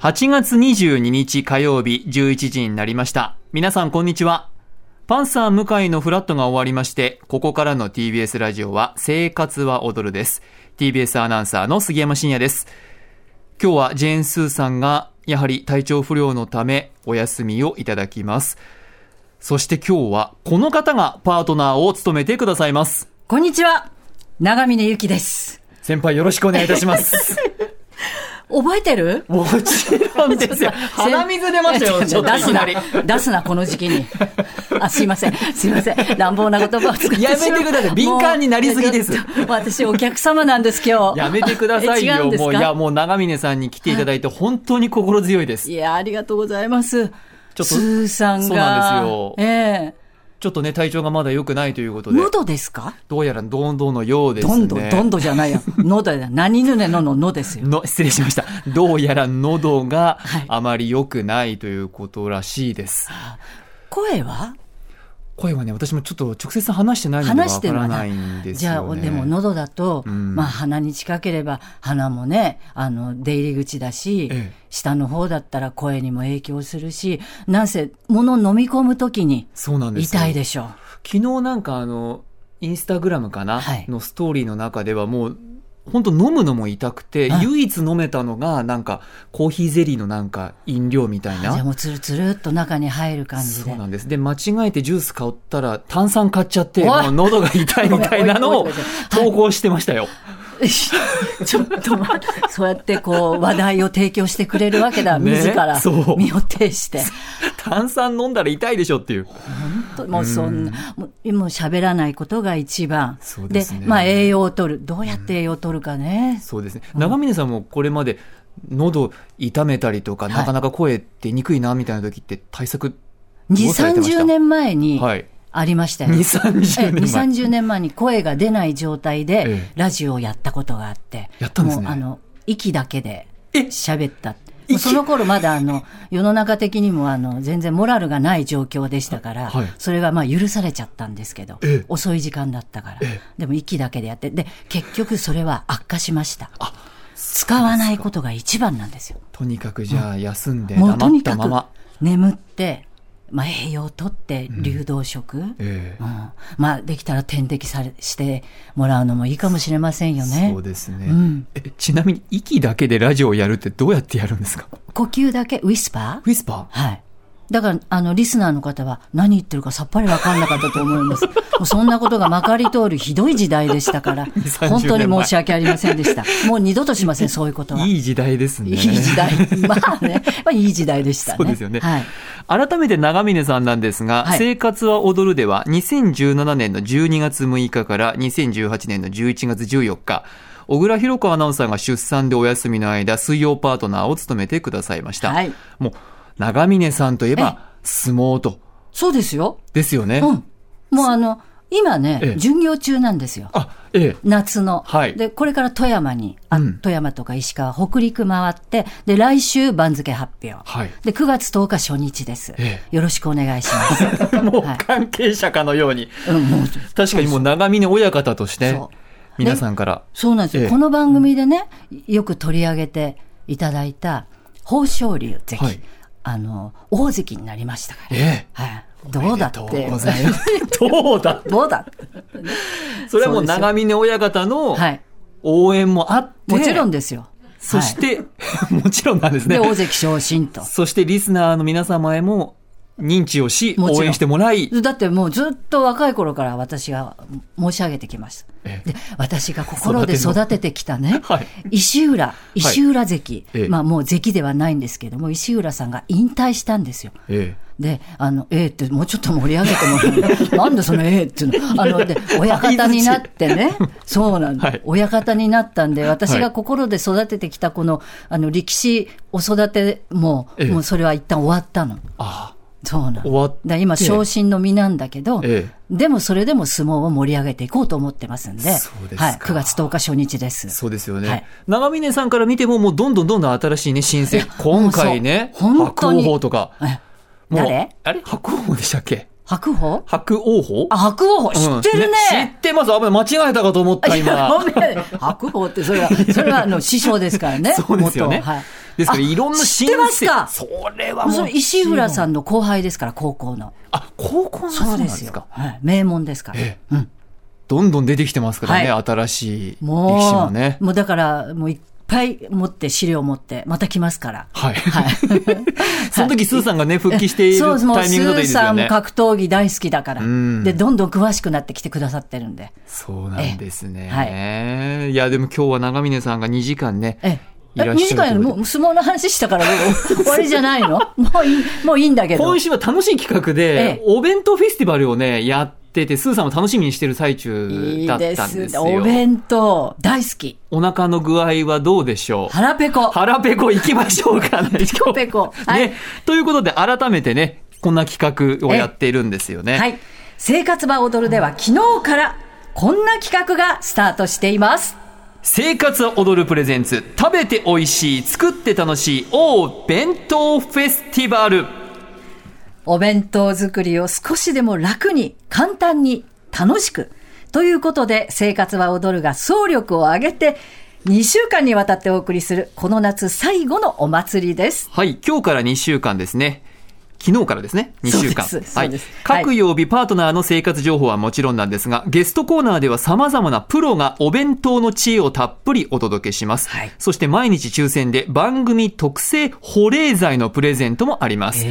8月22日火曜日11時になりました皆さんこんにちはパンサー向井のフラットが終わりましてここからの TBS ラジオは「生活は踊る」です TBS アナウンサーの杉山真也です今日はジェーン・スーさんがやはり体調不良のためお休みをいただきますそして今日はこの方がパートナーを務めてくださいますこんにちは長峰ゆきです先輩よろしくお願いいたします覚えてる もちろんですよ鼻水出ましたよ 出ちょすっといきななり出すなこの時期にあすいませんすいません乱暴な言葉を使ってしまうやめてください敏感になりすぎですもうちょっと私お客様なんです今日 やめてくださいえ違うよ。んですもかう、いや、もう長峰さんに来ていただいて、本当に心強いです。いやありがとうございますちょとスーさんがそうなんですよええちょっとね、体調がまだ良くないということで、喉ですかどうやらどんどんのようですね。どんどんどんどんじゃないよ喉だよ何ぬねのののですよの 失礼しました。どうやら喉がはいあまり良くないということらしいです。声は声はね、私もちょっと直接話してないので話わしかてはらなないいんですじゃよ、あね。でも喉だと、うんまあ鼻に近ければ鼻もねあの出入り口だし、ええ下の方だったら声にも影響するしなんせ物を飲み込む時にそうなんですよ痛いでしょう昨日なんかあの、インスタグラムかな、はいのストーリーの中ではもう、本当飲むのも痛くて、はい唯一飲めたのが、なんか、コーヒーゼリーのなんか飲料みたいじゃあな。もうつるつるっと中に入る感じそでうなんです。で、間違えてジュース買ったら、炭酸買っちゃって、おいもう喉が痛いみたいなのを おいおいおいお投い稿してましたよ。 ちょっと待ってそうやってこう話題を提供してくれるわけねだ、自らそう身を挺して炭酸飲んだら痛いでしょっていう。ともうそんな、もうもう喋らないことが一番そうですねまあ栄養を取るどうやって栄養を取るかね、そうですね。長峰さんもこれまで、喉痛めたりとか、いなかなか声出にくいなみたいな時って対策、 2どうされて三ました3 0年前にはい。ありましたよ、 2、30 2年前。三3 0年前に声が出ない状態でええラジオをやったことがあって、やったんですねもうあの息だけでえ喋った息その頃まだあの世の中的にもあの全然モラルがない状況でしたから、はいそれがまあ許されちゃったんですけど、ええ遅い時間だったから、えでも息だけでやってで結局それは悪化しましたあ使わないことが一番なんですよとにかくじゃあ休んでもうと黙っにたかまま、く眠って、まあ、栄養をとって流動食、ええうんまあできたら点滴されしてもらうのもいいかもしれませんよねそうですね、うんえちなみに息だけでラジオをやるってどうやってやるんですか呼吸だけウィスパーウィスパはいだからあのリスナーの方は何言ってるかさっぱり分かんなかったと思いま すもうそんなことがまかり通るひどい時代でしたから30本当に申し訳ありませんでしたもう二度としませんそういうことはーいいいい時代ですね時代まあね、まあ、いい時代でしたねそうですよねはい 改めて長峰さんなんですが、はい生活は踊るでは2017年の12月6日から2018年の11月14日、小倉弘子アナウンサーが出産でお休みの間、水曜パートナーを務めてくださいました。はいもう、長峰さんといえば、相撲と、そうですよですよね。うんもうあの今ね、ええ巡業中なんですよあ、ええ。夏の、はいでこれから富山にあ、うん富山とか石川北陸回ってで来週番付発表、はい。で9月10日初日です、えよろしくお願いします もうはい関係者かのように、うんもう確かにもう長峰親方としてそう皆さんからそうなんですよ、ええこの番組でねよく取り上げていただいた豊昇龍関、はいあの大関になりましたから、えはい、どうだっておめでとうございますどうだ どうだってそれはもうそうですよ長峰親方のはい応援もあってもちろんですよそし、てもちろんなんですはいねで大関昇進とそしてリスナーの皆様へも認知をしもちろん応援してもらいだってもうずっと若い頃から私が申し上げてきました。えで、私が心で育ててきたね、はい石浦、石浦関、ええまあもう関ではないんですけども、石浦さんが引退したんですよ。えで、あの、ええって、もうちょっと盛り上げ てもらうなんでそのええっていうの。あの、で、親方になってね、そうなんはだい。親方になったんで、私はがい心で育ててきたこの、あの、力士を育て、もえう、えもうそれは一旦終わったの。あそうなの。終わってだから今、昇進の身なんだけど、えでもそれでも相撲を盛り上げていこうと思ってますんで、そうですかはい、9月10日初日です。そうですよね、はい長峰さんから見てももうどんどんどんどん新しいね新い星や今回ねもうそう本白当に鵬鵬とかえもう誰あれ白鵬鵬でしたっけ白鵬白王鵬あ、白鵬うん知ってるね。知ってます。あ、間違えたかと思った、 いや今。 ごめん白鵬ってそれは、それはあの師匠ですからね。そうですよね元はい。ですから、いろんな知ってましたそれはもう。それ石浦さんの後輩ですから、高校の。あ、高校のそうなんですか。はい名門ですから。えうん。どんどん出てきてますからね、は新しい歴史ももう、ね。もうだから、もういっぱい持って、資料持って、また来ますから。 はい。はい。 その時、スーさんがね、復帰しているそうですもうタイミンスグだといいーですさよんもね。格闘技大好きだから、うんでどんどん詳しくなってきてくださってるんで、そうなんですね。えい、や、でも今日は長峰さんが2時間ね、えいえ、ら2っしゃる時間よりもう相撲の話したからもう終わりじゃない のもういいもういいんだけど今週は楽しい企画でええ、お弁当フェスティバルをね、やってて、スーさんも楽しみにしてる最中いだいったんでですよ。すお弁当大好きお腹の具合はどうでしょう腹ペコ腹ペコ行きましょうか ね。ペコペコはいね。ということで、改めてね、こんな企画をやっているんですよね。はい生活は踊るでは昨日からこんな企画がスタートしています生活は踊るプレゼンツ、食べて美味しい、作って楽しい、お弁当フェスティバル。お弁当作りを少しでも楽に、簡単に、楽しく。ということで、生活は踊るが総力を挙げて、2週間にわたってお送りする、この夏最後のお祭りです。はい、今日から2週間ですね。昨日からですね、2週間。そうですはそいうです。はい各曜日パートナーの生活情報はもちろんなんですが、ゲストコーナーでは様々なプロがお弁当の知恵をたっぷりお届けします。はいそして毎日抽選で番組特製保冷剤のプレゼントもあります。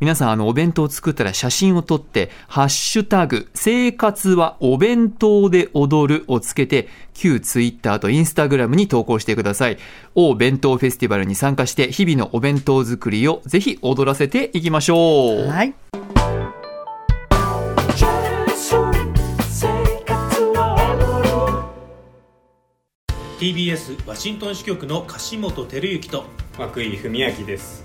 皆さん、あの、お弁当を作ったら写真を撮って、ハッシュタグ、生活はお弁当で踊るをつけて、旧ツイッターとインスタグラムに投稿してください。お弁当フェスティバルに参加して、日々のお弁当作りをぜひ踊らせていきましょう。はい。 TBS ワシントン支局の樫本照之と涌井文明です